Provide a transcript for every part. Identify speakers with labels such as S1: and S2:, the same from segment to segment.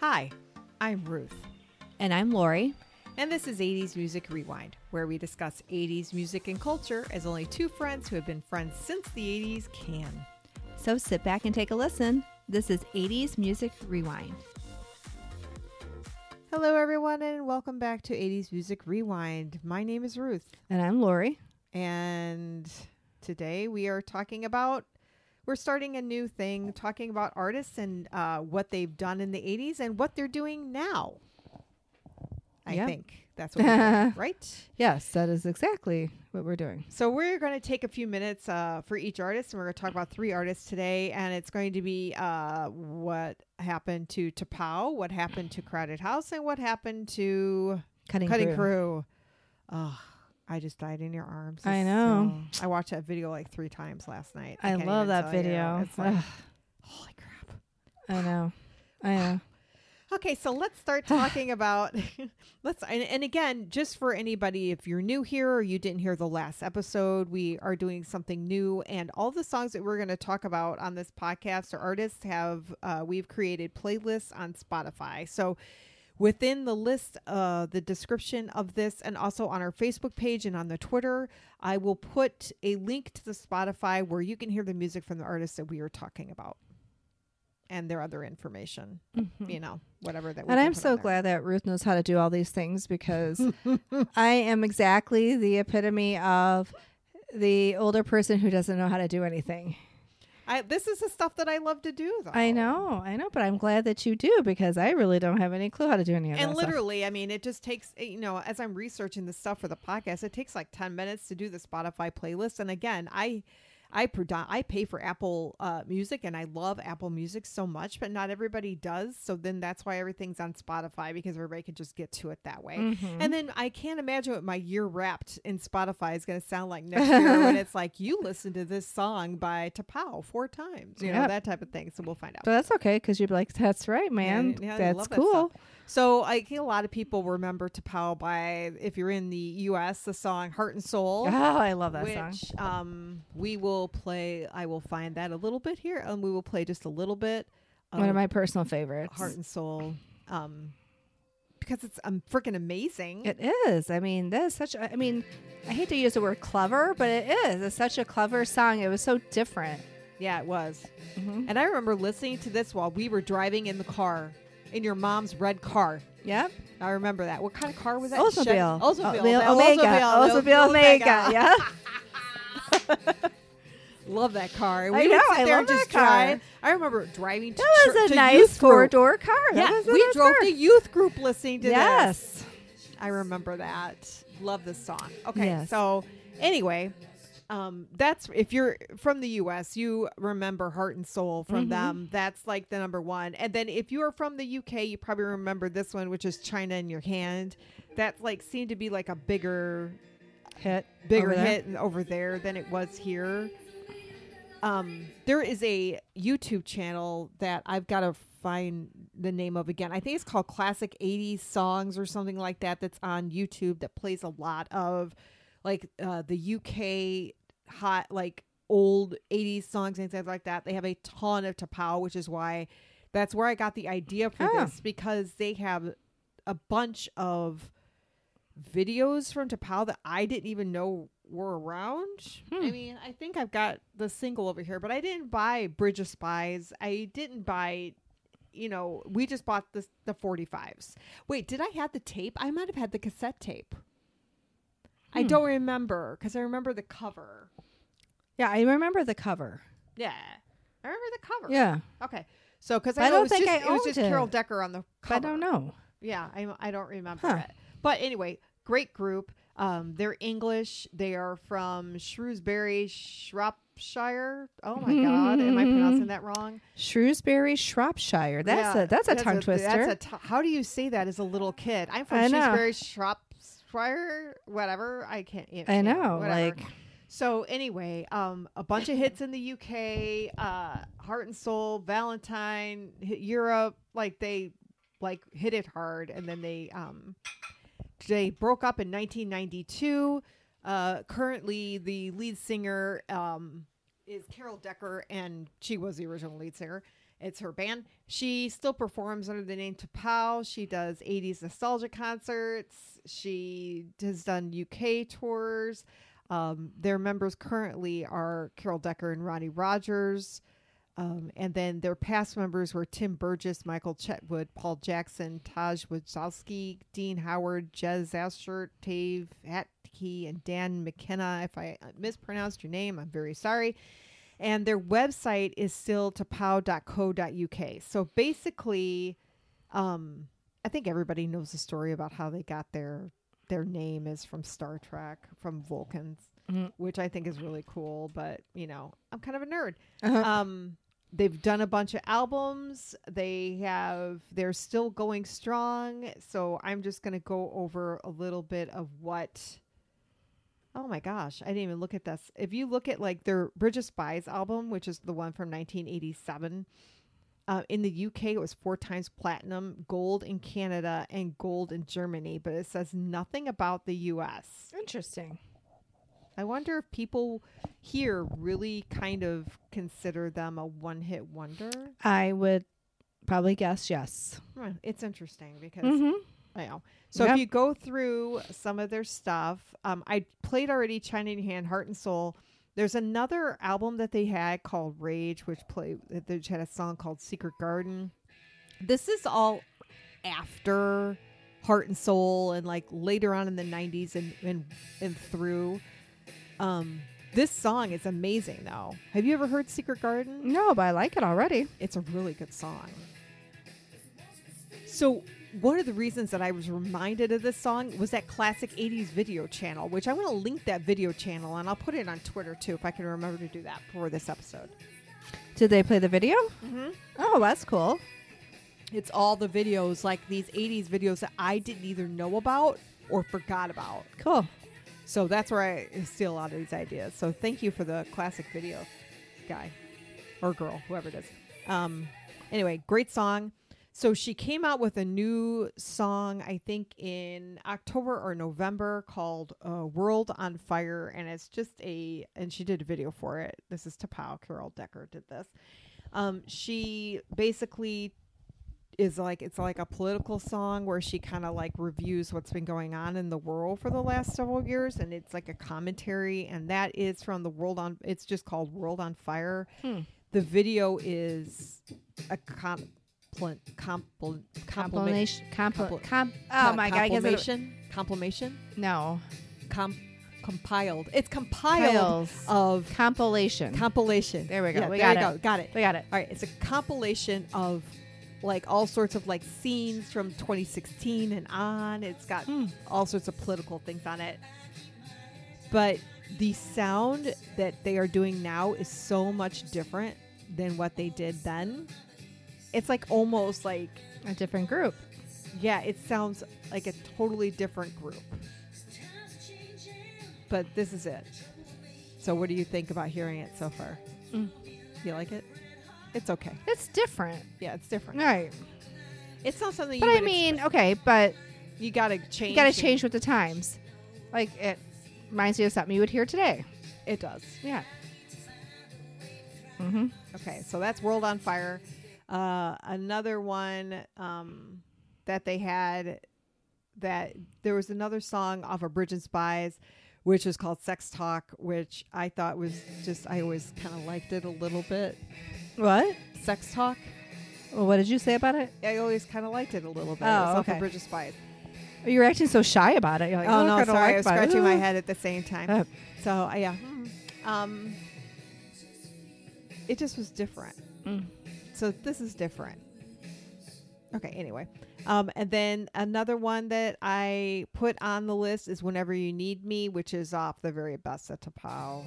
S1: Hi, I'm Ruth,
S2: And I'm Lori.
S1: and this is 80s Music Rewind, where we discuss 80s music and culture as only two friends who have been friends since the 80s can.
S2: So sit back and take a listen. This is 80s Music Rewind.
S1: Hello, everyone, and welcome back to 80s Music Rewind. My name is Ruth,
S2: And I'm Lori.
S1: and today we are talking about. We're starting a new thing talking about artists and uh, what they've done in the 80s and what they're doing now. I
S2: Yep.
S1: think that's what we're doing, right?
S2: Yes, that is exactly what we're doing.
S1: So we're going to take a few minutes uh, for each artist, and we're going to talk about three artists today. And it's going to be uh, what happened to Tapao, what happened to Crowded House, and what happened to
S2: Cutting,
S1: Cutting
S2: through.
S1: Crew. Oh, I just died in your arms.
S2: I
S1: It's
S2: know.
S1: so- I watched that video like three times last night.
S2: I,
S1: can't
S2: love
S1: even
S2: that
S1: tell you.
S2: video.
S1: It's like,
S2: Ugh,
S1: holy crap.
S2: I know. I know.
S1: Okay, so let's start talking about let's and, and again, just for anybody if you're new here or you didn't hear the last episode, we are doing something new and all the songs that we're going to talk about on this podcast or artists have uh, we've created playlists on Spotify. So within the list uh, the description of this and also on our facebook page and on the twitter i will put a link to the spotify where you can hear the music from the artists that we are talking about and their other information you know, whatever that. We
S2: Mm-hmm.
S1: can
S2: And I'm
S1: put
S2: so
S1: on there.
S2: glad that Ruth knows how to do all these things because I am exactly the epitome of the older person who doesn't know how to do anything. Oh.
S1: I, this is the stuff that I love to do, though.
S2: I know, I know, but I'm glad that you do because I really don't have any clue how to do any of that
S1: And
S2: stuff.
S1: literally, I mean, it just takes eh, you know, as I'm researching this stuff for the podcast, it takes like ten minutes to do the Spotify playlist. And again, I. I predom- I pay for Apple uh, Music and I love Apple Music so much, but not everybody does. So then that's why everything's on Spotify because everybody can just get to it that way.
S2: Mm-hmm.
S1: And then I can't imagine what my year wrapped in Spotify is going to sound like next year when it's like you listen to this song by Tapao four times, you know
S2: Yep.
S1: that type of thing. So we'll find out.
S2: But that's okay because you'd be like, that's right, man.
S1: Yeah, I
S2: that's
S1: love that
S2: cool.
S1: stuff. so I think a lot of people remember Tapao by, if you're in the U.S., the song "Heart and Soul,"
S2: oh, I love that
S1: which
S2: song.
S1: um we will play. I will find that a little bit here, and we will play just a little bit. Of
S2: One of my personal favorites.
S1: Um, "Heart and Soul," um, because it's um freaking amazing.
S2: It is. I mean, that is such. A, I mean, I hate to use the word clever, but it is. It's such a clever song. It was so different.
S1: yeah, it was.
S2: Mm-hmm.
S1: And I remember listening to this while we were driving in the car in your mom's red car.
S2: Yep.
S1: I remember that. What kind of car was that?
S2: Oldsmobile.
S1: Oldsmobile.
S2: Oldsmobile
S1: That
S2: Omega.
S1: Oldsmobile.
S2: Oldsmobile Omega. Yeah.
S1: Love that car. And
S2: I
S1: we would
S2: know,
S1: sit
S2: I
S1: there and
S2: love
S1: just
S2: that car.
S1: drive. I remember driving to
S2: That
S1: chur-
S2: was a
S1: to
S2: nice
S1: youth group.
S2: four door car. That
S1: Yeah,
S2: was a
S1: we
S2: nice
S1: drove
S2: car.
S1: to youth group listening to this.
S2: Yes.
S1: I remember that. Love this song. Okay,
S2: Yes.
S1: so anyway, um, that's if you're from the U.S., you remember Heart and Soul
S2: Mm-hmm.
S1: from them. That's like the number one. And then if you are from the U.K., you probably remember this one, which is China in Your Hand. That like seemed to be like a bigger,
S2: Hit.
S1: bigger
S2: over there.
S1: hit over there than it was here. Um, there is a YouTube channel that I've got to find the name of again. I think it's called Classic 80s Songs or something like that that's on YouTube that plays a lot of like uh, the UK hot, like old 80s songs and things like that. They have a ton of Tapao, which is why that's where I got the idea for
S2: Oh.
S1: this because they have a bunch of videos from Tapao that I didn't even know were around. I mean, I think I've got the single over here, but I didn't buy Bridge of Spies. I didn't buy, you know, we just bought the the 45s. Wait, did I have the tape? I might have had the cassette tape. I don't remember because I remember the cover.
S2: Yeah, I remember the cover.
S1: Yeah, I remember the cover.
S2: Yeah,
S1: Okay. So, because
S2: But
S1: I,
S2: I
S1: know it
S2: don't
S1: was
S2: think
S1: just,
S2: I
S1: it was
S2: owned
S1: just Carol
S2: it.
S1: Decker on the
S2: but
S1: cover.
S2: I don't know.
S1: Yeah, I, I don't remember
S2: Huh.
S1: it. But anyway, great group. Um, they're English. They are from Shrewsbury, Shropshire. Oh my God, am I pronouncing that wrong?
S2: Shrewsbury, Shropshire. That's
S1: Yeah,
S2: a that's a tongue twister.
S1: That's a t- how do you say that as a little kid? I'm from
S2: I know.
S1: Shrewsbury, Shropshire, whatever. I can't. you
S2: I know,
S1: whatever.
S2: like-
S1: So anyway, um, a bunch of hits in the UK, uh, Heart and Soul, Valentine, hit Europe. Like they, like hit it hard, and then they, um, they broke up in 1992. Uh, currently, the lead singer um, is Carol Decker, and she was the original lead singer. It's her band. She still performs under the name Tapao. She does 80s nostalgia concerts. She has done UK tours. Um, their members currently are Carol Decker and Ronnie Rogers. Um, and then their past members were Tim Burgess, Michael Chetwood, Paul Jackson, Taj Wazowski, Dean Howard, Jez Asher, Tave Hatkey, and Dan McKenna. If I mispronounced your name, I'm very sorry. And their website is still tapao.co.uk. So basically, um, I think everybody knows the story about how they got their their name is from Star Trek, from Vulcans,
S2: Mhm.
S1: which I think is really cool. But you know, I'm kind of a nerd
S2: Uh-huh.
S1: um they've done a bunch of albums they have they're still going strong so i'm just going to go over a little bit of what oh my gosh i didn't even look at this if you look at like their bridge of spies album which is the one from 1987 uh, in the uk it was four times platinum gold in canada and gold in germany but it says nothing about the us
S2: Interesting.
S1: I wonder if people here really kind of consider them a one hit wonder.
S2: I would probably guess yes.
S1: Hmm, It's interesting because
S2: Mm-hmm.
S1: I know. So
S2: Yeah.
S1: if you go through some of their stuff, um, I played already China in Hand, Heart and Soul. There's another album that they had called Rage, which played which had a song called Secret Garden. This is all after Heart and Soul and like later on in the '90s and and and through. Um, this song is amazing though. Have you ever heard Secret Garden?
S2: No, but I like it already.
S1: It's a really good song. So, one of the reasons that I was reminded of this song was that classic 80s video channel, which I want to link that video channel and I'll put it on Twitter too if I can remember to do that for this episode.
S2: Did they play the video?
S1: Mm-hmm.
S2: Oh, that's cool.
S1: It's all the videos, like these 80s videos that I didn't either know about or forgot about.
S2: Cool.
S1: So, that's where I steal a lot of these ideas. So, thank you for the classic video guy or girl, whoever it is. Um, anyway, great song. So she came out with a new song, I think in October or November, called uh, "World on Fire," and it's just a and she did a video for it. This is Tapao Carol Decker did this. Um, she basically is like it's like a political song where she kind of like reviews what's been going on in the world for the last several years, and it's like a commentary, and that is from the world on. It's just called "World on Fire."
S2: Hmm.
S1: The video is a com- pl- compl- compliment.
S2: Complimation. Compl-
S1: compli-
S2: com- oh my god! I guess I don't-
S1: Compilation. Compilation.
S2: no.
S1: Com- compiled. It's compiled
S2: Piles.
S1: of
S2: Compilation.
S1: compilation.
S2: There we go.
S1: Yeah,
S2: We
S1: there you
S2: got
S1: go. Got it.
S2: we got it.
S1: All right. It's a compilation of like all sorts of like scenes from 2016 and on. It's got
S2: Hmm.
S1: all sorts of political things on it. But the sound that they are doing now is so much different than what they did then. It's like almost like
S2: A different group.
S1: yeah, it sounds like a totally different group. But this is it. So, what do you think about hearing it so far?
S2: Mm.
S1: You like it? It's okay.
S2: It's different.
S1: Yeah, it's different.
S2: Right.
S1: It's not something.
S2: But
S1: you
S2: I
S1: would
S2: mean, okay, but
S1: ex- you gotta change.
S2: you got
S1: and-
S2: to change with the times. Like it reminds me of something you would hear today.
S1: It does.
S2: Yeah. Mm-hmm.
S1: Okay, so that's World on Fire. Uh, another one um, that they had that there was another song off of Bridge and Spies, which is called Sex Talk, which I thought was just I always kind of liked it a little bit.
S2: What?
S1: Sex Talk.
S2: Well, what did you say about it?
S1: I always kind of liked it a little bit.
S2: Oh,
S1: it's off
S2: okay.
S1: of Bridge of Spies.
S2: Oh, You're acting so shy about it. You're like,
S1: oh no,
S2: I don't
S1: sorry, I
S2: like
S1: was
S2: about it."
S1: scratching my head at the same time.
S2: Uh,
S1: So uh, yeah, um, it just was different.
S2: Mm.
S1: So this is different. Okay. Anyway, um, and then another one that I put on the list is "Whenever You Need Me," which is off the very best of Tapao,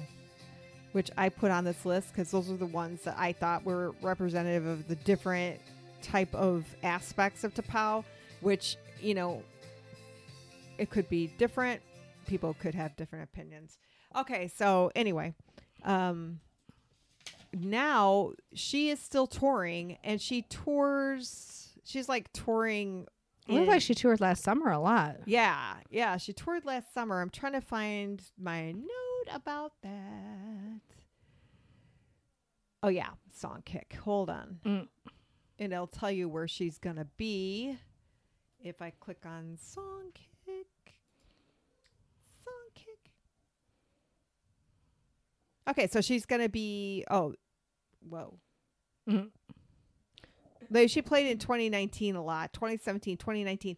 S1: which I put on this list because those are the ones that I thought were representative of the different type of aspects of Tapao, which you know it could be different. People could have different opinions. Okay, so anyway, um, now she is still touring, and she tours. She's like touring.
S2: it looked
S1: in-
S2: like she toured last summer a lot.
S1: yeah, yeah. She toured last summer. I'm trying to find my note about that. Oh yeah, song kick. Hold on.
S2: Mm.
S1: And it'll tell you where she's going to be if I click on song kick. Song kick. Okay, so she's going to be oh, whoa.
S2: Mhm.
S1: Like, She played in 2019 a lot, 2017, 2019.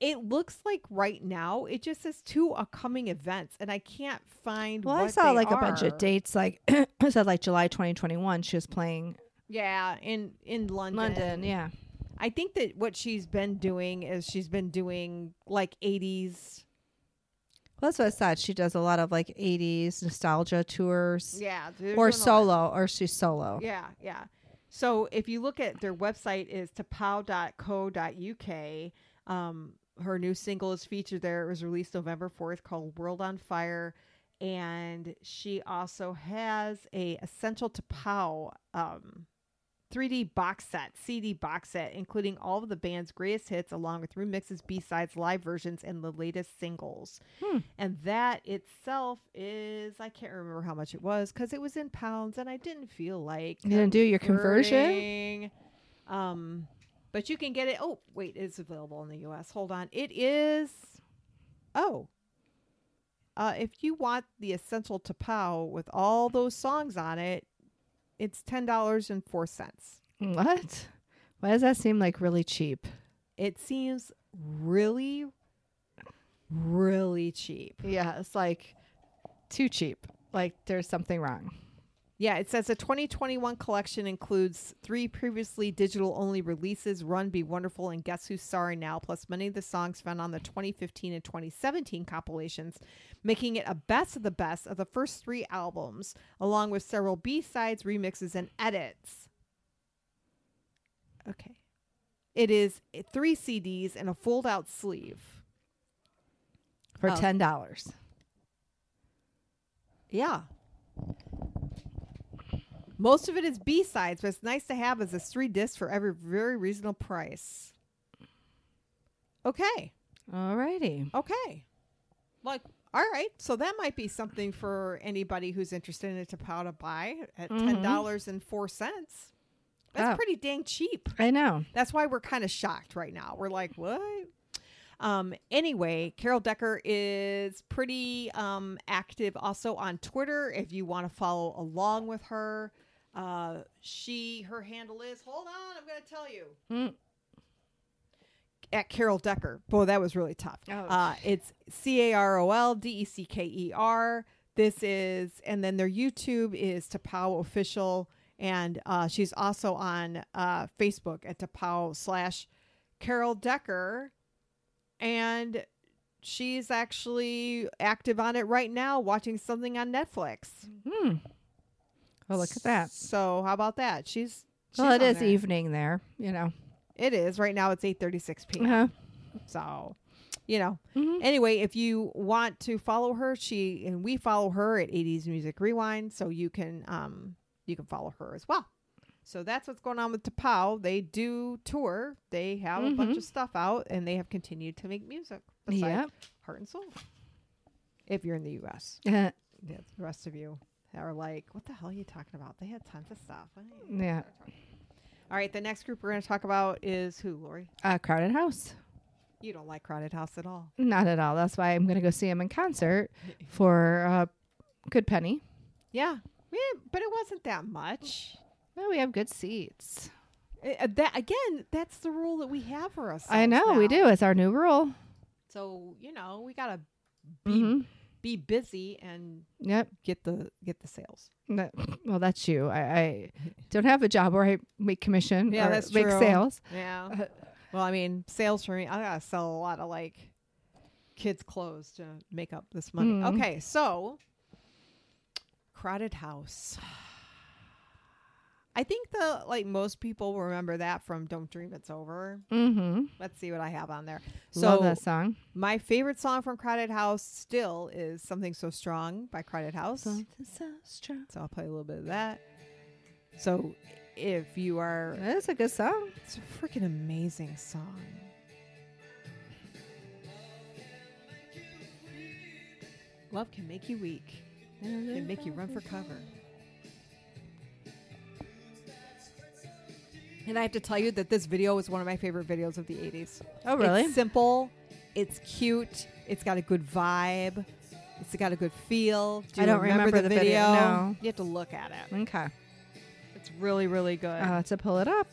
S1: It looks like right now it just says two upcoming events, and I can't find.
S2: Well, I
S1: what
S2: saw
S1: they
S2: like a bunch of
S1: are.
S2: dates. Like I said, like July 2021, she was playing
S1: Yeah, in in London.
S2: London. Yeah.
S1: I think that what she's been doing is she's been doing like 80s.
S2: Well, that's what I thought. She does a lot of like 80s nostalgia tours
S1: Yeah,
S2: or solo, or she's solo.
S1: Yeah, yeah. So if you look at their website is tapau.co.uk. Um, her new single is featured there. It was released November 4th called World on Fire. And she also has a Essential Tapau um, 3D box set, CD box set, including all of the band's greatest hits along with remixes, B-sides, live versions, and the latest singles.
S2: Hmm.
S1: And that itself is, I can't remember how much it was because it was in pounds and I didn't feel like
S2: You didn't do your conversion?
S1: converting. Um, but you can get it. Oh, wait, it's available in the U.S. Hold on, it is. Oh, uh, if you want the essential tapao with all those songs on it, it's ten dollars and four cents.
S2: What? Why does that seem like really cheap?
S1: It seems really, really cheap.
S2: Yeah, it's like too cheap. Like there's something wrong.
S1: Yeah, it says the 2021 collection includes three previously digital only releases Run, Be Wonderful, and Guess Who's Sorry Now, plus many of the songs found on the 2015 and 2017 compilations, making it a best of the best of the first three albums, along with several B sides, remixes, and edits. Okay. It is three CDs and a fold out sleeve.
S2: For
S1: Oh.
S2: ten dollars.
S1: Yeah. Most of it is B sides, but it's nice to have as a three disc for every very reasonable price. Okay.
S2: Alrighty.
S1: Okay. Like, all right. So that might be something for anybody who's interested in a Tapao to buy at ten dollars and four cents. That's
S2: Oh.
S1: pretty dang cheap.
S2: I know.
S1: That's why we're kind of shocked right now. We're like, what? Um, anyway, Carol Decker is pretty um, active also on Twitter if you want to follow along with her. Uh, she, her handle is, hold on, I'm going to tell you.
S2: Mm.
S1: At Carol Decker. Boy, that was really tough.
S2: Oh.
S1: Uh, it's C A R O L D E C K E R. This is, and then their YouTube is Tapao Official. And uh, she's also on uh, Facebook at Tapao slash Carol Decker. And she's actually active on it right now, watching something on Netflix.
S2: Hmm. Well, Oh, look at that.
S1: So, how about that? She's.
S2: Well,
S1: she's
S2: it
S1: on
S2: is
S1: there.
S2: evening there. You know.
S1: It is. Right now it's 8.36 p.m.
S2: Uh-huh.
S1: So, you know.
S2: Mhm.
S1: Anyway, if you want to follow her, she and we follow her at 80s Music Rewind, so you can um you can follow her as well. So that's what's going on with Tapao. They do tour. They have a bunch
S2: Mhm.
S1: of stuff out and they have continued to make music. besides
S2: Yep.
S1: Heart and Soul. If you're in the US.
S2: Uh,
S1: Yeah, the rest of you are like, what the hell are you talking about? They had tons of stuff. I don't even know
S2: Yeah.
S1: what they're talking about. All right, the next group we're going to talk about is who, Lori?
S2: uh, crowded house.
S1: You don't like Crowded House at all.
S2: Not at all. That's why I'm going to go see him in concert for a good penny.
S1: Yeah. yeah but it wasn't that much.
S2: No, Oh, we have good seats.
S1: Uh, uh, that again, that's the rule that we have for us.
S2: I know we do. It's our new rule.
S1: So you know we gotta be
S2: hmm
S1: be busy and
S2: Yep.
S1: get the get the sales.
S2: No- well, that's you. I, I don't have a job where I make commission
S1: Yeah,
S2: or
S1: that's
S2: make
S1: true.
S2: sales.
S1: Yeah. Uh, well, I mean, sales for me, I gotta sell a lot of like kids' clothes to make up this money.
S2: Mm.
S1: Okay, so crowded house. I think the like most people remember that from "Don't Dream It's Over."
S2: Mm-hmm.
S1: Let's see what I have on there.
S2: Love
S1: So
S2: that song.
S1: My favorite song from Crowded House still is Something So Strong by Crowded House. So I'll play a little bit of that. So if you are.
S2: That's a good song.
S1: It's a freaking amazing song. Love can make you weak, can make you run for cover. And I have to tell you that this video is one of my favorite videos of the 80s.
S2: Oh, really?
S1: It's simple, it's cute, it's got a good vibe, it's got a good feel. Do
S2: I
S1: you
S2: don't remember the video, no.
S1: You have to look at it.
S2: Okay.
S1: It's really, really good.
S2: I'll have to pull it up.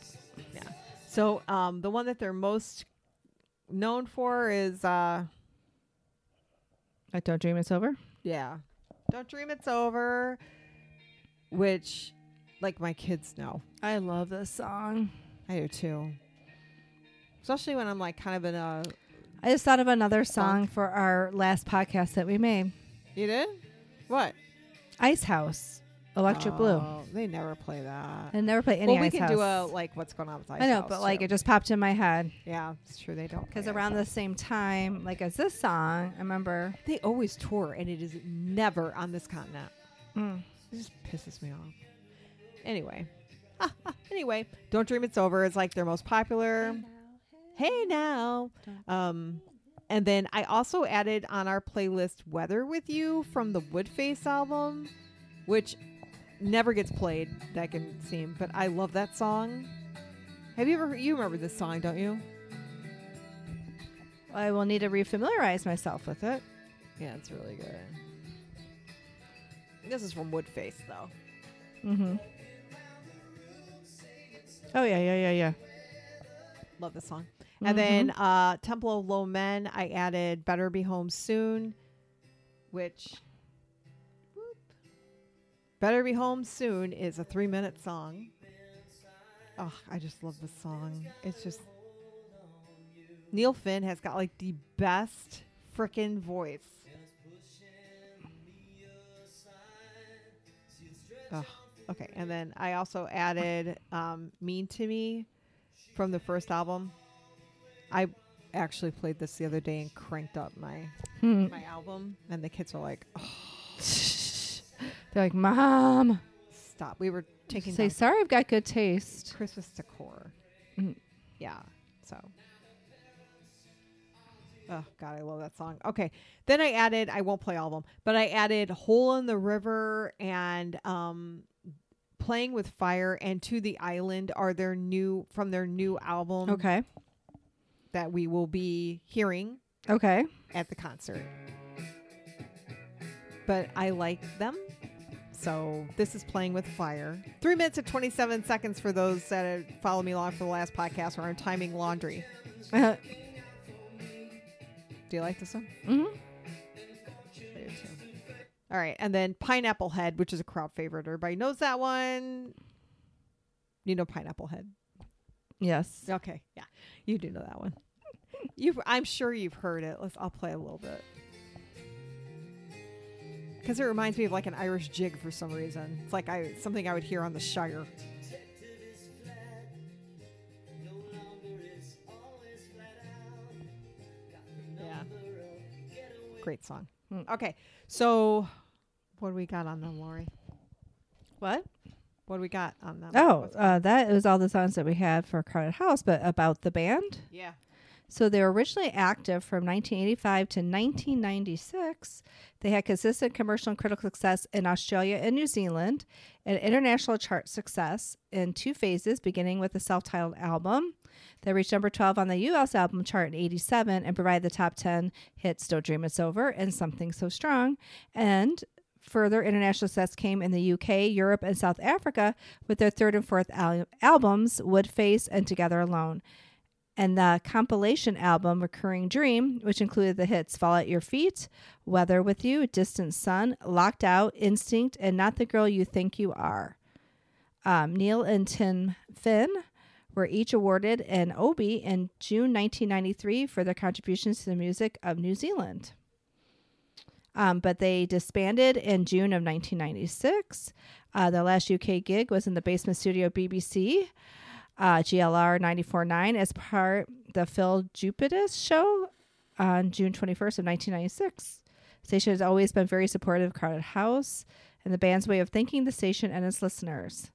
S1: so, um, the one that they're most known for is, uh,
S2: I don't dream it's over.
S1: yeah, Don't Dream It's Over, which, like, my kids know.
S2: I love this song.
S1: I do too. Especially when I'm, like, kind of in a.
S2: I just thought of another song for our last podcast that we made
S1: You did? What?
S2: Ice House, Electric Blue.
S1: Oh, They never play that.
S2: I never play any
S1: well, we
S2: Ice
S1: can
S2: House.
S1: do a like what's going on with Ice
S2: I know,
S1: House,
S2: but like
S1: too.
S2: it just popped in my head
S1: yeah, it's true they don't
S2: because
S1: play Ice
S2: around the
S1: House.
S2: same time, like as this song, I remember.
S1: they always tour and it is never on this continent.
S2: Mm.
S1: It just pisses me off. Anyway, anyway, don't dream it's over is like their most popular.
S2: mm,
S1: Hey now, um, and then I also added on our playlist "Weather with You" from the Woodface album, which never gets played. That can seem, but I love that song. Have you ever? You remember this song, don't you?
S2: I will need to refamiliarize myself with it.
S1: Yeah, it's really good. This is from Woodface, though.
S2: Mm-hmm. Oh yeah, yeah, yeah, yeah.
S1: Love this song. And then uh, Temple of Low Men, I added Better Be Home Soon, which. Whoop. Better Be Home Soon is a three minute song. Oh, I just love this song. It's just. Neil Finn has got like the best freaking voice. Ugh. Okay, and then I also added um, Mean to Me from the first album. I actually played this the other day and cranked up my
S2: Hmm.
S1: my album, and the kids were like, oh,
S2: They're like, Mom,
S1: "Stop!" We were taking
S2: say
S1: down
S2: sorry. I've got good taste.
S1: Christmas decor.
S2: Mm.
S1: Yeah, so. Oh God, I love that song. Okay, then I added I won't play all of them, but I added "Hole in the River" and um, "Playing with Fire" and "To the Island" are their new from their new album
S2: Okay,
S1: that we will be hearing
S2: okay.
S1: at the concert. But I like them. So this is Playing with Fire. Three minutes and 27 seconds for those that have followed me along for the last podcast where I'm timing laundry.
S2: mm-hmm.
S1: Do you like this one? I do too. All right. And then Pineapple Head, which is a crowd favorite. Everybody knows that one. You know Pineapple Head.
S2: Yes.
S1: Okay. Yeah. You do know that one. You've I'm sure you've heard it. Let's I'll play a little bit. Cuz it reminds me of like an Irish jig for some reason. It's like I something I would hear on the Shire. Yeah. Great song.
S2: Hmm.
S1: Okay. So what do we got on them, Lori?
S2: What?
S1: What do we got on them?
S2: Oh,
S1: What's-
S2: uh, that was all the songs that we had for Crowded House, but about the band.
S1: yeah.
S2: So they were originally active from 1985 to 1996. They had consistent commercial and critical success in Australia and New Zealand, and international chart success in two phases, beginning with a self titled album that reached number 12 on the US album chart in 87 and provided the top 10 hits Don't Dream It's Over and Something So Strong. And Further international success came in the UK, Europe, and South Africa with their third and fourth al- albums, Woodface and Together Alone and the compilation album Recurring Dream, which included the hits Fall at Your Feet, Weather with You, Distant Sun, Locked Out, Instinct, and Not the Girl You Think You Are. Um, Neil and Tim Finn were each awarded an Obie in June 1993 for their contributions to the music of New Zealand. Um, but they disbanded in June of 1996. Uh, their last UK gig was in the basement studio BBC uh, GLR 94.9 as part the Phil Jupitus show on June 21st of 1996. Station has always been very supportive of Crowded House and the band's way of thanking the station and its listeners.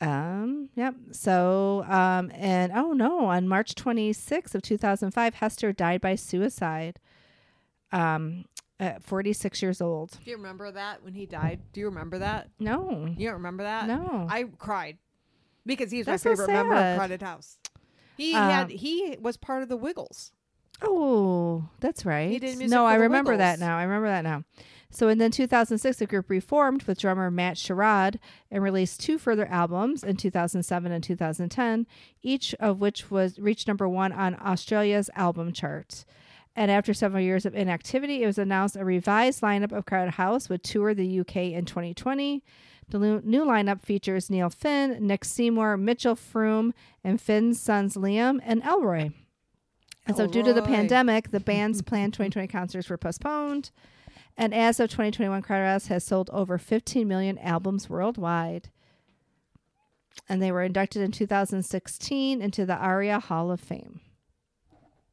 S2: Um, yep. So, um, and oh no, on March 26th of 2005, Hester died by suicide. Um, at 46 years old.
S1: Do you remember that when he died? Do you remember that?
S2: No.
S1: Uh, You don't remember that?
S2: No.
S1: I cried. because he's
S2: That's
S1: my
S2: so
S1: favorite member of
S2: sad.
S1: Crowded House. He
S2: Um,
S1: had he was part of the Wiggles.
S2: Oh, that's right.
S1: did music
S2: no,
S1: for
S2: I
S1: the
S2: remember that
S1: Wiggles.
S2: now. I remember that now. So, and then 2006, the group reformed with drummer Matt Sherrod and released two further albums in 2007 and 2010, each of which was reached number one on Australia's album chart. And after several years of inactivity, it was announced a revised lineup of Crowded House would tour the UK in 2020. The lu- new lineup features Neil Finn, Nick Seymour, Mitchell Froom, and Finn's sons Liam and Elroy. And so, due to the
S1: Elroy.
S2: pandemic, the band's planned 2020 concerts were postponed. And as of 2021, Crowded House has sold over 15 million albums worldwide. And they were inducted in 2016 into the ARIA Hall of Fame.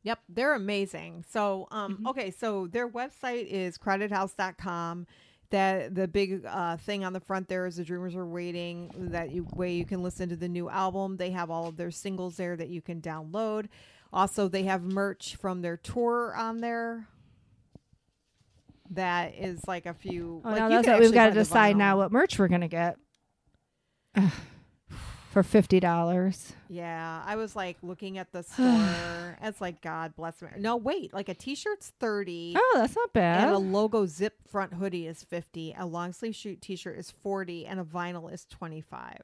S1: Yep, they're amazing. So, um, okay, so their website is crowdedhouse.com. That the big uh, thing on the front there is the Dreamers Are Waiting. That you, way you can listen to the new album. They have all of their singles there that you can download. Also, they have merch from their tour on there. That is like a few.
S2: Oh,
S1: like
S2: now
S1: you
S2: that's
S1: can
S2: it. We've
S1: actually
S2: got to
S1: buy the
S2: decide
S1: vinyl.
S2: now what merch we're gonna get Ugh. for fifty dollars.
S1: Yeah, I was like looking at the store. it's like God bless me. No, wait, like a t-shirt's thirty.
S2: Oh, that's not
S1: And a
S2: bad.
S1: logo zip front hoodie is 50, a long sleeve shoot t-shirt is 40, and a vinyl is 25.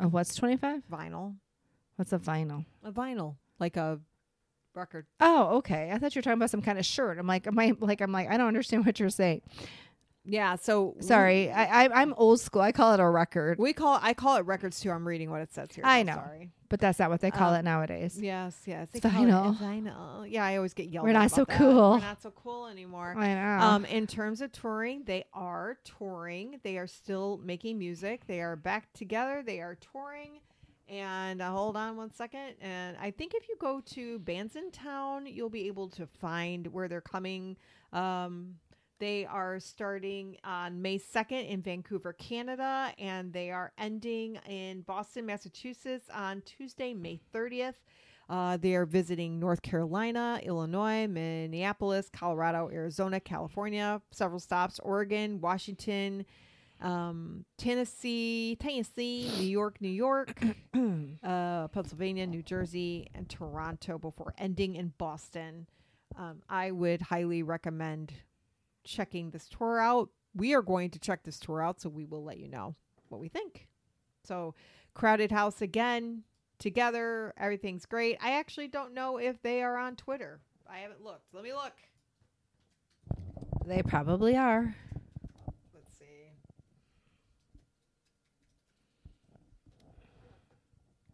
S2: Oh, what's twenty five?
S1: Vinyl?
S2: What's a vinyl?
S1: A vinyl, like a record.
S2: Oh, okay. I thought you were talking about some kind of shirt. I'm like, am I like I'm like I don't understand what you're saying.
S1: Yeah, so we-
S2: Sorry, I, I I'm old school. I call it a record,
S1: We, call I call it records too. I'm reading what it says here.
S2: I
S1: I'm
S2: know.
S1: Sorry.
S2: but that's not what they call
S1: Um,
S2: it nowadays.
S1: Yes, yes. they
S2: It's
S1: call it a
S2: vinyl.
S1: Vinyl. Yeah, I always get yelled
S2: We're
S1: at
S2: not so
S1: about that.
S2: cool.
S1: We're not so cool anymore.
S2: I know.
S1: Um, in terms of touring, they are touring. They are still making music. They are back together. They are touring. And uh, hold on one second. And I think if you go to Bands in Town, you'll be able to find where they're coming. Um, they are starting on May 2nd in Vancouver, Canada, and they are ending in Boston, Massachusetts on Tuesday, May 30th. Uh, they are visiting North Carolina, Illinois, Minneapolis, Colorado, Arizona, California, several stops, Oregon, Washington, um, Tennessee, Tennessee, New York, New York,
S2: Um,
S1: uh, Pennsylvania, New Jersey, and Toronto before ending in Boston. Um, I would highly recommend checking this tour out. We are going to check this tour out, so we will let you know what we think. So, Crowded House again, together. Everything's great. I actually don't know if they are on Twitter. I haven't looked. Let me look.
S2: they probably are.
S1: Let's see.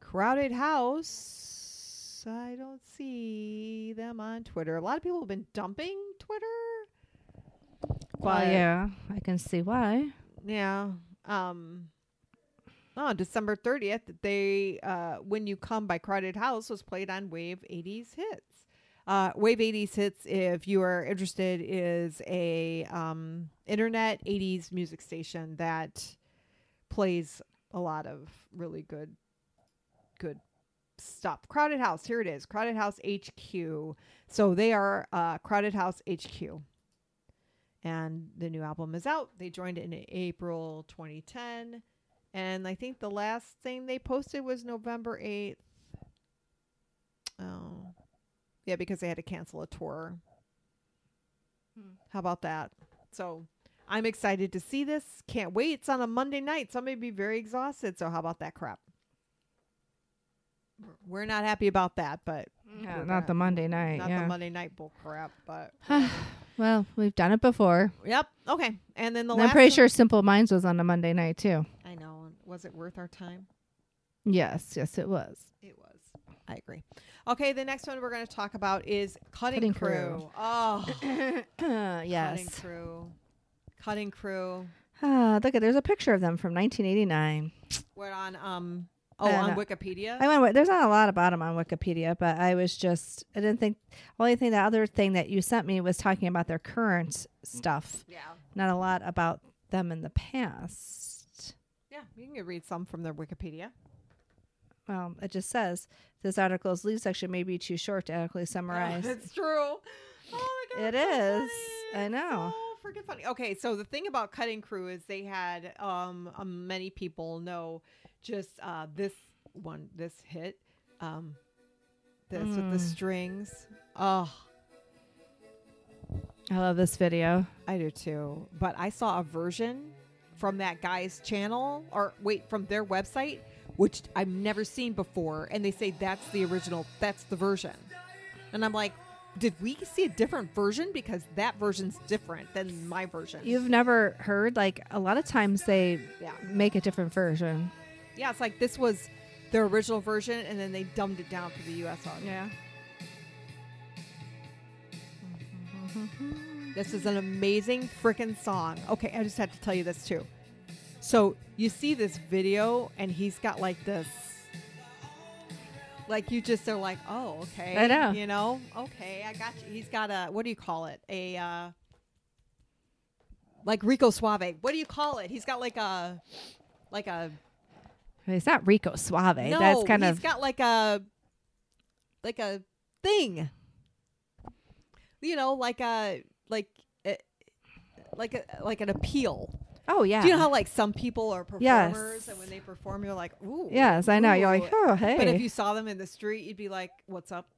S1: Crowded House. I don't see them on Twitter. A lot of people have been dumping Twitter.
S2: Well,
S1: but-
S2: yeah, I can see why.
S1: Yeah. Um Oh, December 30th, they uh When You Come by Crowded House was played on Wave 80s Hits. Uh Wave 80s Hits if you are interested is a um internet 80s music station that plays a lot of really good good stuff. Crowded House, here it is. Crowded House HQ. So they are uh Crowded House HQ and the new album is out. They joined in April 2010, and I think the last thing they posted was November 8th. Oh, yeah, because they had to cancel a tour.
S2: Hmm.
S1: How about that? So I'm excited to see this. Can't wait. It's on a Monday night, so I'm gonna be very exhausted. So how about that crap? We're not happy about that, but
S2: Yeah,
S1: we're
S2: not the
S1: gonna-
S2: Monday night.
S1: not
S2: yeah.
S1: the Monday night bull crap. But
S2: well, we've done it before.
S1: yep, okay. And then the
S2: And
S1: last
S2: I'm pretty
S1: one-
S2: sure Simple Minds was on a Monday night too.
S1: I know. and Was it worth our time?
S2: Yes, yes, it was.
S1: It was. I agree. Okay, the next one we're going to talk about is cutting,
S2: Cutting
S1: crew.
S2: Crew.
S1: Oh, cutting
S2: yes.
S1: crew. Cutting crew.
S2: Ah, look at there's a picture of them from 1989.
S1: We're on um oh
S2: I
S1: on
S2: know.
S1: Wikipedia.
S2: I went. There's not a lot about them on Wikipedia, but I was just. I didn't think. Only thing, the other thing that you sent me was talking about their current stuff.
S1: yeah,
S2: Not a lot about them in the past.
S1: yeah. You can read some from their Wikipedia.
S2: Well, it just says this article's lead section may be too short to
S1: Oh,
S2: adequately summarize.
S1: It's true. Oh my god.
S2: It
S1: it's so
S2: is.
S1: funny.
S2: I know.
S1: So freaking funny. Okay, so the thing about cutting crew is they had um, um many people know just uh, this one, this hit, um, this with
S2: Mm.
S1: the strings. Oh,
S2: I love this video.
S1: I do too. But I saw a version from that guy's channel, or wait, from their website, which I've never seen before. And they say that's the original, that's the version. And I'm like, did we see a different version? Because that version's different than my version.
S2: You've never heard like a lot of times they
S1: Yeah.
S2: make a different version.
S1: Yeah, it's like this was the original version, and then they dumbed it down for the U.S. audience.
S2: Yeah.
S1: This is an amazing freaking song. Okay, I just have to tell you this too. So you see this video, and he's got like this, like you just are like, oh, okay,
S2: I know.
S1: you know, okay, I got you. He's got a what do you call it? A uh, like Rico Suave. What do you call it? He's got like a like a
S2: It's not Rico Suave.
S1: no.
S2: That's kind of
S1: he's got like a like a thing. You know, like a like a, like a like an appeal.
S2: oh yeah.
S1: Do you know how like some people are
S2: Yes.
S1: performers and when they perform you're like, "Ooh."
S2: yes, I know. You're
S1: ooh."
S2: like, oh hey.
S1: But if you saw them in the street, you'd be like, "What's up?"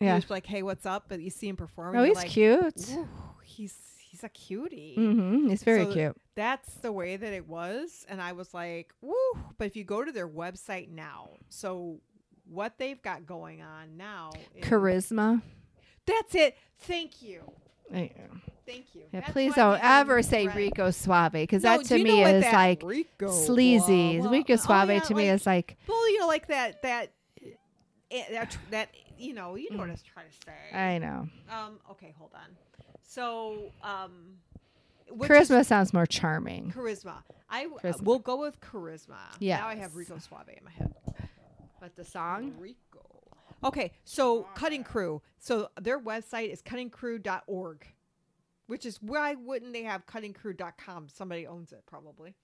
S2: Yeah.
S1: You're just like, "Hey, what's up?" But you see him performing,
S2: oh,
S1: you're
S2: he's
S1: like,
S2: cute.
S1: "Ooh, he's he's a cutie."
S2: Mm-hmm. He's very
S1: So
S2: cute.
S1: that's the way that it was and i was like woo but if you go to their website now so what they've got going on now is-
S2: Charisma.
S1: that's it thank you
S2: Yeah,
S1: thank you
S2: Yeah,
S1: That's
S2: please
S1: why
S2: don't
S1: we
S2: ever
S1: didn't
S2: say
S1: write-
S2: Rico Suave because
S1: No,
S2: that
S1: do
S2: to
S1: you know
S2: me
S1: what
S2: is
S1: that
S2: like
S1: Rico,
S2: sleazy.
S1: blah, blah-
S2: Rico
S1: oh,
S2: Suave
S1: yeah,
S2: to me
S1: like-
S2: is like
S1: well you know like that that eh, that, tr- that you know you know what i was trying to say
S2: Mm. I know.
S1: um okay hold on so um which is-
S2: Charisma sounds more charming.
S1: charisma i
S2: Charisma.
S1: will go with charisma now i
S2: Yes.
S1: have rico suave in my head
S2: But the song?
S1: Rico. Okay, so Cutting Crew. So their website is cuttingcrew.org, which is why wouldn't they have cuttingcrew.com? Somebody owns it probably.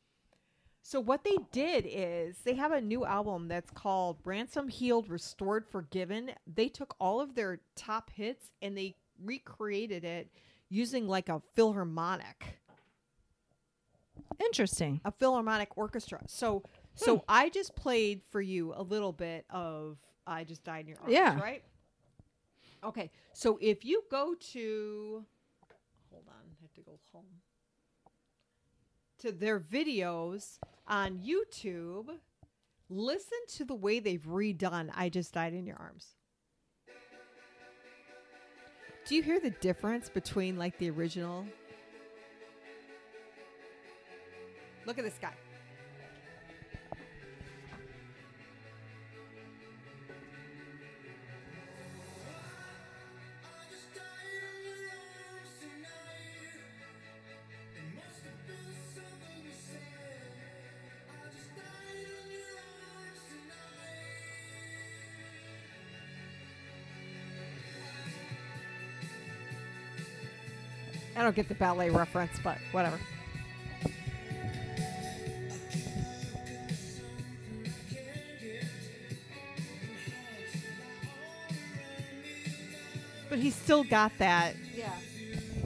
S1: So what they did is they have a new album that's called Ransom Healed Restored Forgiven. They took all of their top hits and they recreated it using like a philharmonic
S2: Interesting.
S1: a philharmonic orchestra. So so I just played for you a little bit of I just died in your arms,
S2: Yeah.
S1: right? Okay. So if you go to hold on, I have to go home. To their videos on YouTube, listen to the way they've redone I just died in your arms. Do you hear the difference between like the original? Look at this guy. I don't get the ballet reference, but whatever. But he's still got that.
S2: Yeah.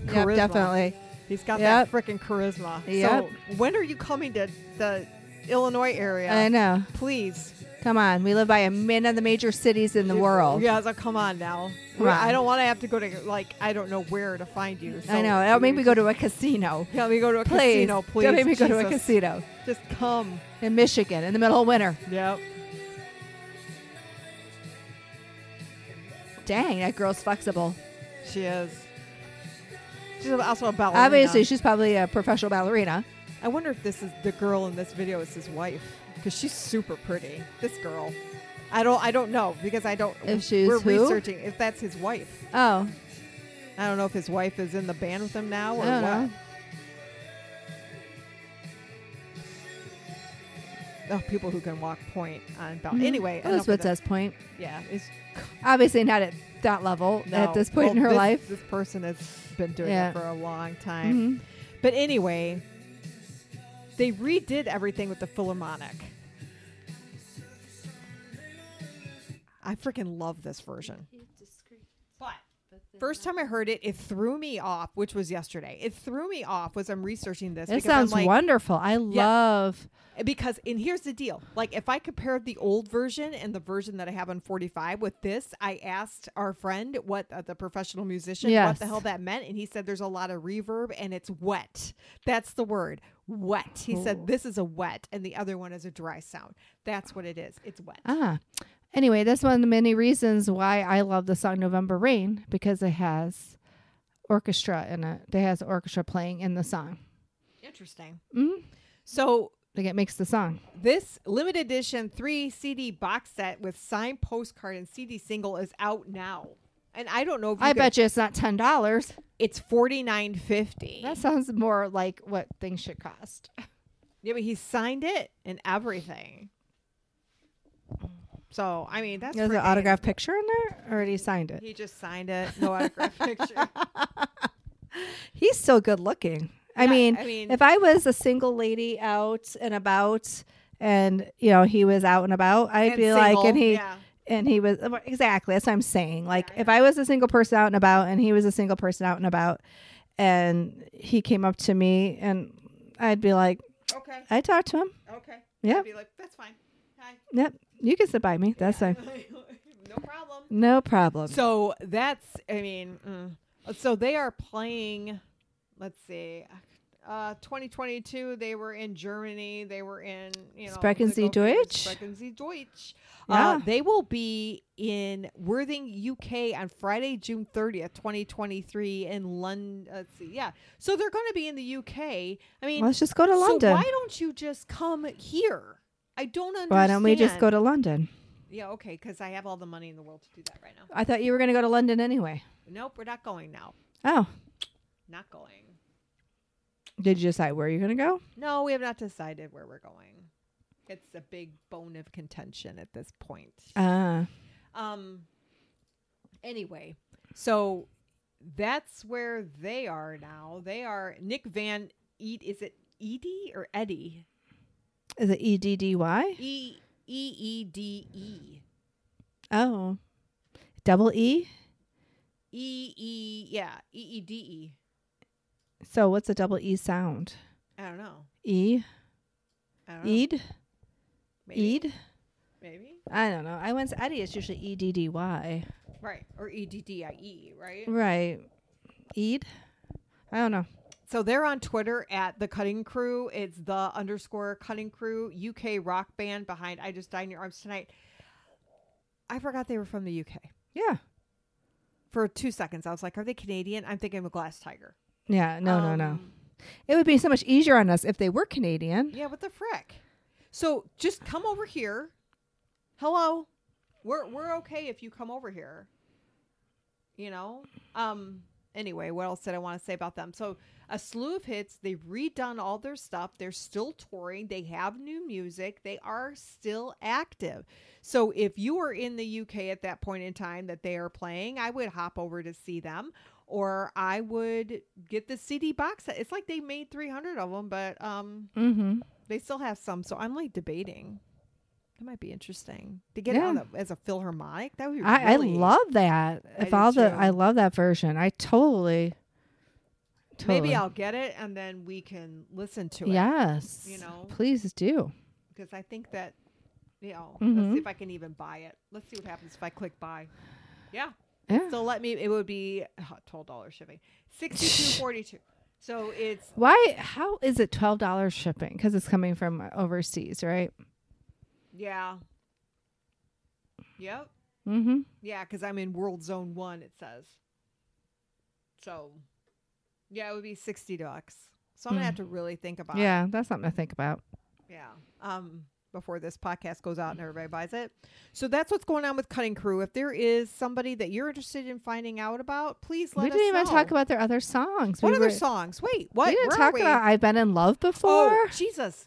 S1: Charisma.
S2: definitely.
S1: He's got that freaking charisma.
S2: Yep.
S1: So when are you coming to the Illinois area?
S2: I know.
S1: Please.
S2: Come on. We live by a min of the major cities in the world.
S1: Yeah, so come on now.
S2: Come on.
S1: I don't want to have to go to like I don't know where to find you. So
S2: I know. That'll make me go to a casino.
S1: Yeah, let me go to a
S2: Please.
S1: casino, please.
S2: Don't make me go to a
S1: Jesus.
S2: casino
S1: Just come.
S2: in Michigan in the middle of winter.
S1: Yep.
S2: Dang, that girl's flexible.
S1: Oh, She is. She's also a ballerina.
S2: Obviously, she's probably a professional ballerina.
S1: I wonder if this is the girl in this video is his wife because she's super pretty. This girl, I don't, I don't know because I don't.
S2: If she's
S1: we're
S2: who?
S1: researching if that's his wife.
S2: Oh,
S1: I don't know if his wife is in the band with him now or
S2: I don't know.
S1: what. Oh, people who can walk point on ball. Oh, Anyway,
S2: Mm-hmm. Well, that's
S1: enough of
S2: what's us point.
S1: that. Yeah, it's
S2: Obviously, not at that level
S1: no.
S2: at this point
S1: Well,
S2: in her
S1: this-
S2: life.
S1: This person has been doing
S2: Yeah.
S1: it for a long time.
S2: Mhm.
S1: But anyway, they redid everything with the Philharmonic. I freaking love this version. But First time I heard it, it threw me off, which was yesterday. It threw me off was I'm researching this.
S2: It
S1: I'm
S2: sounds
S1: like-
S2: wonderful. I love.
S1: Because, and here's the deal like, if I compared the old version and the version that I have on 45 with this, I asked our friend, what uh, the professional musician, what the
S2: Yes.
S1: hell that meant. And he said there's a lot of reverb and it's wet. That's the word wet. He
S2: Ooh.
S1: said this is a wet and the other one is a dry sound. That's what it is. It's wet.
S2: Ah. Anyway, that's one of the many reasons why I love the song November Rain because it has orchestra in it. It has orchestra playing in the song.
S1: Interesting.
S2: Mm?
S1: So,
S2: Like it makes the song.
S1: This limited edition three CD box set with signed postcard and CD single is out now, and I don't know if you
S2: I
S1: could-
S2: bet you it's not ten dollars.
S1: it's forty nine fifty.
S2: That sounds more like what things should cost.
S1: Yeah, but he signed it and everything. So I mean, that's
S2: There's an
S1: freaking-
S2: autograph picture in there, or he signed it.
S1: He just signed it, no autograph picture.
S2: He's still good looking. I
S1: Yeah,
S2: mean,
S1: I mean-
S2: if I was a single lady out and about, and you know he was out and about, I'd
S1: And
S2: be
S1: single,
S2: like, and he
S1: yeah.
S2: and he was exactly that's what I'm saying. Like if I was a single person out and about, and he was a single person out and about, and he came up to me, and I'd be like,
S1: Okay,
S2: I talked to him.
S1: okay.
S2: Yeah.
S1: I'd be like, that's fine. Hi.
S2: Yep, you can sit by me. That's fine.
S1: no problem.
S2: No problem.
S1: So that's, I mean, mm. so they are playing, let's see, uh, 2022, they were in Germany. They were in, you know,
S2: Sprechen Sie
S1: the Gulf
S2: Deutsch?
S1: countries, Sprechen Sie Deutsch.
S2: Yeah.
S1: Uh, they will be in Worthing, UK on Friday, June 30th, 2023 in London. Let's see. Yeah. So they're going to be in the UK. I mean,
S2: Let's just go to London.
S1: so why don't you just come here? I don't understand.
S2: why don't we just go to London?
S1: Yeah, okay, because I have all the money in the world to do that right now.
S2: I thought you were going to go to London anyway.
S1: Nope, we're not going now.
S2: Oh,
S1: Not going.
S2: did you decide where you're going to go?
S1: No, we have not decided where we're going. It's a big bone of contention at this point.
S2: Ah,
S1: Um anyway, so that's where they are now. They are Nick Van Eat is it Edie or Eddie?
S2: is it E D D Y?
S1: E E E D E.
S2: Oh, double E.
S1: E E yeah, E E D E.
S2: So what's a double E sound?
S1: I don't know.
S2: E
S1: I don't know.
S2: Eid
S1: Maybe.
S2: Eid.
S1: Maybe.
S2: I don't know. I went to Eddie. It's usually E D D Y.
S1: Right. Or E D D I E, right?
S2: Right. Eid. I don't know.
S1: So they're on Twitter at the Cutting Crew. It's the underscore Cutting Crew UK rock band behind I Just Died in Your Arms Tonight. I forgot they were from the UK
S2: Yeah.
S1: for two seconds. I was like, are they Canadian? I'm thinking of a glass tiger.
S2: Yeah. No. no. No.
S1: Um,
S2: It would be so much easier on us if they were Canadian.
S1: Yeah, what the frick? So just come over here. Hello. We're we're okay if you come over here. You know? Um anyway, what else did I want to say about them? So a slew of hits, they've redone all their stuff. They're still touring. They have new music. They are still active. So if you are in the UK at that point in time that they are playing, I would hop over to see them or I would get the CD box set. It's like they made 300 of them, but um
S2: Mm-hmm.
S1: they still have some, so I'm like debating. That might be interesting to get
S2: Yeah.
S1: out of, as a Philharmonic. That would be
S2: I,
S1: really,
S2: I love that.
S1: I
S2: if
S1: do
S2: all the
S1: too.
S2: I love that version. I totally. totally.
S1: Maybe I'll get it and then we can listen to it.
S2: Yes.
S1: you know?
S2: Please do.
S1: because I think that you know. Let's
S2: Mhm.
S1: see if I can even buy it. Let's see what happens if I click buy. Yeah.
S2: Yeah.
S1: So let me. It would be uh, twelve dollars shipping, sixty two forty two. So it's
S2: Why? How is it twelve dollars shipping? Because it's coming from overseas, right?
S1: yeah. Yep.
S2: Mm-hmm.
S1: Yeah, because I'm in World Zone One. It says. So, yeah, it would be sixty bucks. So I'm gonna
S2: Mm.
S1: have to really think about it.
S2: Yeah, that's something to think about.
S1: Yeah. Um, before this podcast goes out and everybody buys it. So that's what's going on with Cutting Crew. If there is somebody that you're interested in finding out about, please let
S2: we
S1: us
S2: didn't even
S1: know.
S2: talk about their other songs.
S1: what
S2: we
S1: other
S2: were-
S1: songs. Wait, what?
S2: We didn't
S1: Where
S2: talk
S1: are we?
S2: about "I've Been in Love Before."
S1: oh, Jesus.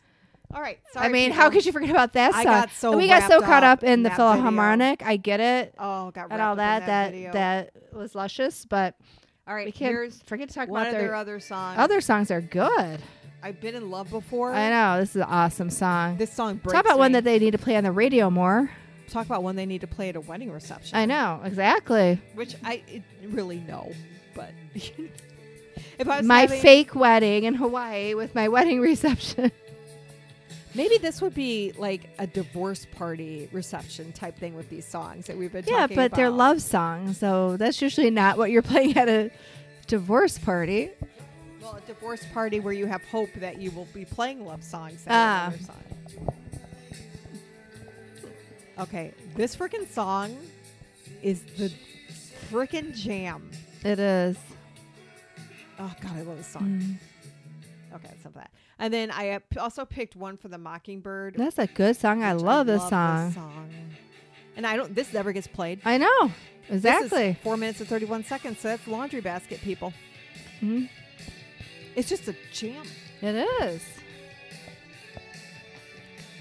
S1: All right. Sorry.
S2: I mean, how
S1: people.
S2: could you forget about that song?
S1: I got so
S2: And we got so
S1: wrapped
S2: caught
S1: up
S2: up in the
S1: in that video.
S2: Philharmonic. I get it,
S1: Oh, got
S2: and
S1: wrapped
S2: all
S1: up in
S2: that. That
S1: video.
S2: that was luscious, but
S1: All right.
S2: we can't
S1: Here's
S2: forget to talk
S1: one
S2: about
S1: of
S2: their,
S1: their other songs.
S2: other songs. Are good.
S1: I've been in love before.
S2: I know this is an awesome song.
S1: This song breaks.
S2: Talk about one
S1: me.
S2: that they need to play on the radio more.
S1: Talk about one they need to play at a wedding reception.
S2: I know exactly.
S1: Which I it, really know, but if I was
S2: my
S1: having-
S2: fake wedding in Hawaii with my wedding reception.
S1: maybe this would be like a divorce party reception type thing with these songs that we've been
S2: yeah,
S1: talking
S2: but they're
S1: about.
S2: love songs, so that's usually not what you're playing at a divorce party.
S1: Well, a divorce party where you have hope that you will be playing love songs. at
S2: Ah.
S1: another song. Okay, this freaking song is the freaking jam.
S2: It is.
S1: Oh God, I love this song.
S2: Mm.
S1: Okay, that's enough of that. And then I uh, p- also picked one for the Mockingbird.
S2: That's a good song. I
S1: which
S2: love this song.
S1: song. And I don't. This never gets played.
S2: I know.
S1: This is
S2: Exactly.
S1: four minutes and thirty-one seconds. So that's laundry basket, people.
S2: Mhm.
S1: It's just a jam.
S2: It is.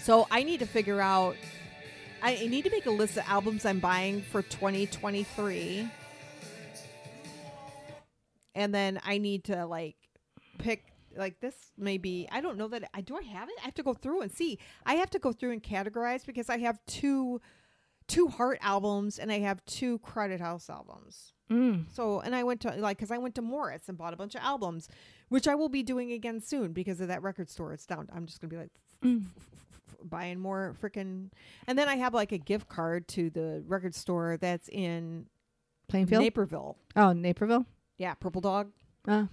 S1: So I need to figure out. I I need to make a list of albums I'm buying for 2023, and then I need to like pick like this. Maybe I don't know that I do. I have it. I have to go through and see. I have to go through and categorize because I have two two Heart albums and I have two Crowded House albums.
S2: Mm.
S1: So and I went to like because I went to Moritz and bought a bunch of albums, which I will be doing again soon because of that record store. It's down. I'm just gonna be like
S2: Mm.
S1: buying more freaking. And then I have like a gift card to the record store that's in
S2: Plainfield.
S1: Naperville.
S2: oh, Naperville.
S1: Yeah, Purple Dog. Ah.
S2: Oh.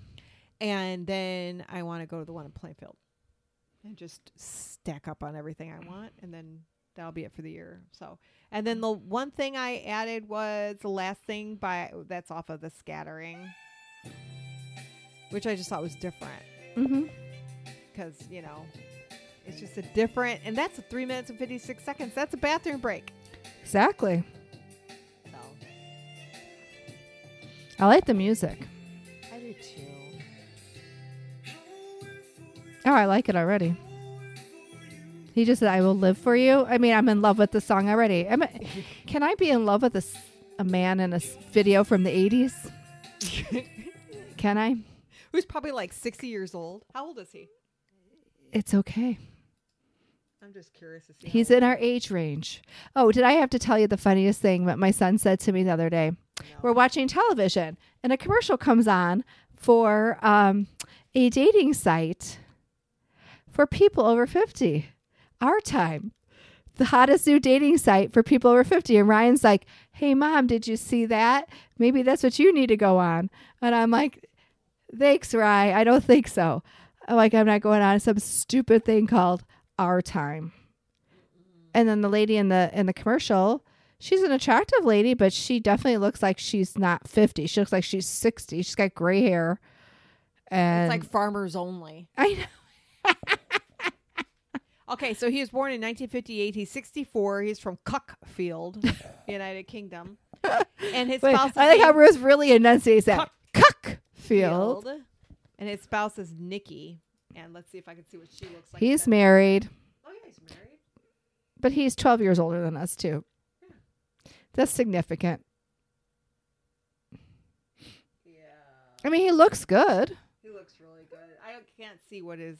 S1: And then I want to go to the one in Plainfield and just stack up on everything I want. And then that'll be it for the year. So, and then the one thing I added was the last thing by that's off of the scattering, which I just thought was different
S2: Mm-hmm.
S1: because, you know, it's just a different, and that's a three minutes and 56 seconds. That's a bathroom break.
S2: Exactly.
S1: So,
S2: I like the music.
S1: I do too.
S2: Oh, I like it already. He just said, "I will live for you." I mean, I'm in love with the song already. Am I, can I be in love with a, s- a man in a s- video from the '80s? Can I?
S1: Who's probably like 60 years old. How old is he?
S2: It's okay.
S1: I'm just curious to see. how
S2: He's
S1: old-
S2: in our age range. Oh, did I have to tell you the funniest thing that my son said to me the other day? We're watching television and a commercial comes on for um, a dating site for people over 50, our time. The hottest new dating site for people over 50. And Ryan's like, hey, mom, did you see that? Maybe that's what you need to go on. And I'm like, thanks, Ryan. I don't think so. I'm like, I'm not going on some stupid thing called our time and then the lady in the in the commercial she's an attractive lady but she definitely looks like she's not 50 she looks like she's 60 she's got gray hair
S1: It's
S2: and
S1: like farmers only.
S2: i know
S1: Okay, so he was born in 1958. He's 64. He's from Cuckfield, United Kingdom. And his
S2: Wait,
S1: spouse
S2: i like
S1: is
S2: how ruth really enunciates that cuck field
S1: Cuckfield. And his spouse is Nikki. And let's see if I can see what she looks like.
S2: he's
S1: married.
S2: married
S1: Oh, yeah, he's married.
S2: but he's 12 years older than us too that's significant
S1: Yeah.
S2: i mean he looks good
S1: He looks really good. I can't see what his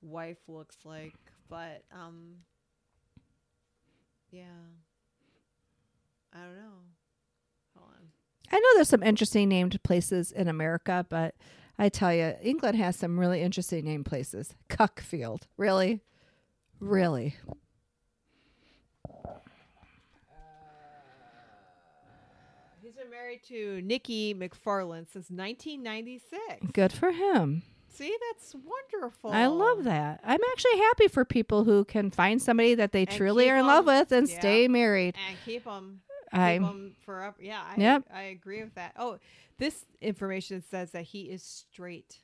S1: wife looks like, but um yeah. I don't know. Hold on.
S2: i know there's some interesting named places in america but i tell you england has some really interesting named places cuckfield really really
S1: He's been married to Nikki McFarland since 1996.
S2: Good for him.
S1: See, that's wonderful.
S2: I love that. I'm actually happy for people who can find somebody that they
S1: And
S2: truly
S1: keep
S2: are in love
S1: on-
S2: with and
S1: yeah.
S2: stay married.
S1: And keep him, keep
S2: I'm
S1: 'em forever. Yeah, I,
S2: Yep.
S1: I agree with that. Oh, this information says that he is straight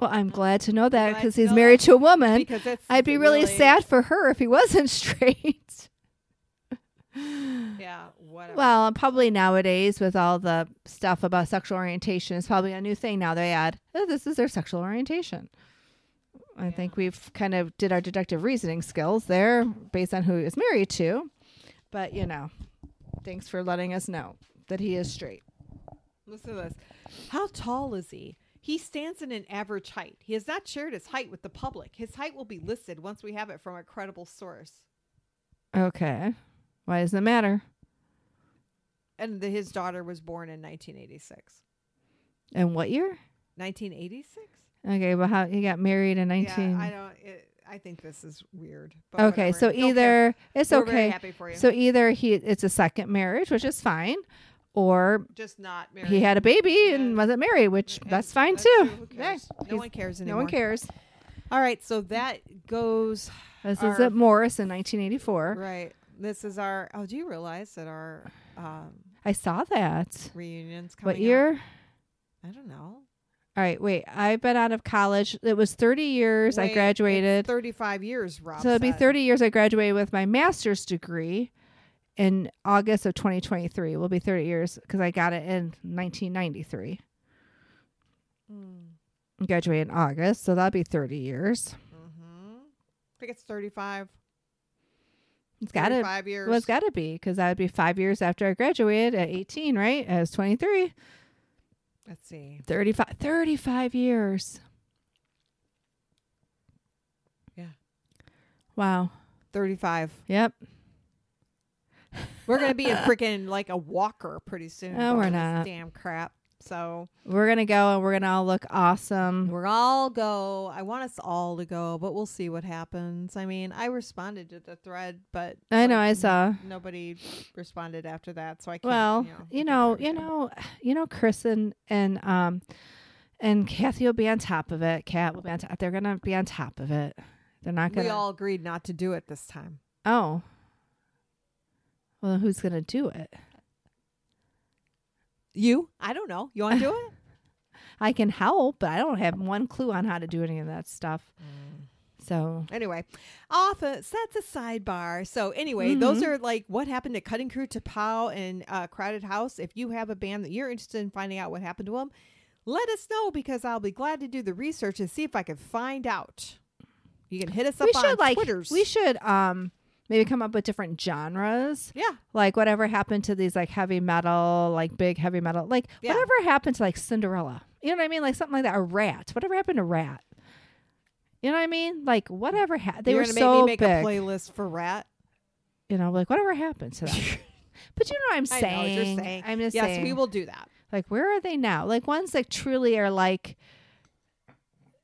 S2: well. I'm glad to know that
S1: Glad
S2: because
S1: to
S2: he's
S1: know
S2: married to a woman.
S1: because that's
S2: I'd be really, sad for her if he wasn't straight.
S1: Yeah, whatever.
S2: well, probably nowadays with all the stuff about sexual orientation, it's probably a new thing now. They add, oh, "This is their sexual orientation." I
S1: Yeah.
S2: think we've kind of did our deductive reasoning skills there based on who he was married to. But, you know, thanks for letting us know that he is straight.
S1: Listen to this. How tall is he? He stands in an average height. He has not shared his height with the public. His height will be listed once we have it from a credible source.
S2: Okay. Why does it matter?
S1: And the, his daughter was born in 1986.
S2: And what year?
S1: 1986?
S2: Okay, well, how he got married in nineteen?
S1: Yeah, I don't. It, I think this is weird. But
S2: okay,
S1: whatever.
S2: so
S1: Don't care.
S2: either it's
S1: We're very
S2: okay.
S1: happy for you.
S2: So either he it's a second marriage, which is fine, or
S1: just not married.
S2: he had a baby
S1: Yeah.
S2: and wasn't married, which
S1: And
S2: that's fine
S1: that's
S2: too.
S1: true. Who
S2: Yeah.
S1: cares? No
S2: He's-
S1: one cares
S2: No
S1: anymore.
S2: one cares.
S1: All right, so that goes
S2: This is
S1: Our-
S2: at Morris in 1984.
S1: right. This is our. Oh, do you realize that our um,
S2: I saw that.
S1: reunions coming?
S2: What
S1: up?
S2: year?
S1: I don't know.
S2: All right, wait. I've been out of college. It was 30 years
S1: Wait,
S2: I
S1: it's
S2: graduated.
S1: Thirty-five years, Rob.
S2: So it'll be
S1: said.
S2: 30 years I graduated with my master's degree in August of 2023. Will be 30 years because I got it in 1993.
S1: Mm,
S2: Graduated in August, so that'll be 30 years.
S1: mhm. I think it's thirty-five.
S2: It's got to
S1: Five years.
S2: well, it's got to be because that would be five years after I graduated at 18, right? I was 23.
S1: Let's see.
S2: 35, 35 years.
S1: Yeah.
S2: Wow.
S1: Thirty-five.
S2: Yep.
S1: We're gonna be in freaking like a walker pretty soon.
S2: No, we're
S1: from this
S2: not.
S1: Damn crap. So
S2: We're going to go and we're going to all look awesome.
S1: we're all go. I want us all to go, but we'll see what happens. I mean, I responded to the thread, but
S2: I know,
S1: like,
S2: I saw.
S1: nobody responded after that, so I can't.
S2: Well, you
S1: give
S2: know, you
S1: everything.
S2: know, you know, Chris and and um and Kathy will be on top of it. Kat will be on top. They're gonna be on top of it. They're not gonna.
S1: we all agreed not to do it this time.
S2: oh. Well, then who's gonna do it?
S1: You? I don't know. You want to do it?
S2: I can help, but I don't have one clue on how to do any of that stuff.
S1: Mm.
S2: So
S1: Anyway, off uh, so that's a sidebar. So anyway, those
S2: Mm-hmm.
S1: are like what happened to Cutting Crew to Pow and uh, Crowded House. If you have a band that you're interested in finding out what happened to them, let us know because I'll be glad to do the research and see if I can find out. You can hit us up
S2: we
S1: on
S2: should like
S1: Twitters.
S2: we should um maybe come up with different genres.
S1: yeah,
S2: Like whatever happened to these like heavy metal, like big heavy metal, like
S1: Yeah.
S2: whatever happened to like Cinderella. You know what I mean? Like something like that. A rat. Whatever happened to rat? You know what I mean? Like whatever happened. They
S1: You're
S2: were
S1: gonna
S2: so
S1: make me make a
S2: big.
S1: playlist for Rat.
S2: You know, like whatever happened to them. but you know what I'm
S1: I
S2: saying?
S1: know what you're saying.
S2: I'm just
S1: yes,
S2: saying.
S1: we will do that.
S2: Like where are they now? Like ones that truly are like.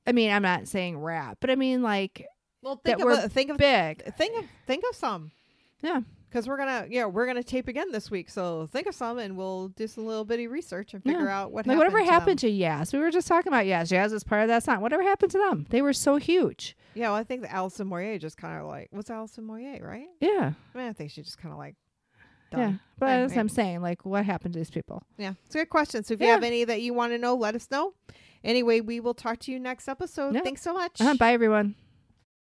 S2: I mean, I'm not saying rat, but I mean like
S1: Well, think
S2: that
S1: of
S2: were
S1: a, think of
S2: big.
S1: think of think of some.
S2: Yeah.
S1: because we're gonna yeah we're gonna tape again this week so think of some and we'll do some little bitty research and
S2: Yeah.
S1: figure out what
S2: Like
S1: happened
S2: whatever
S1: to
S2: happened to Yaz? We were just talking about Yaz. Yaz is part of that song. Whatever happened to them? They were so huge.
S1: them. yeah well, i think that alison moyer just kind of like what's alison moyer right
S2: Yeah,
S1: i mean i think she just kind of like
S2: yeah.
S1: done.
S2: But
S1: Right,
S2: that's what
S1: right.
S2: I'm saying. Like, what happened to these people?
S1: yeah it's a good question so if you
S2: Yeah.
S1: have any that you want to know let us know anyway we will talk to you next episode
S2: Yeah.
S1: thanks so much
S2: Uh-huh, bye, everyone.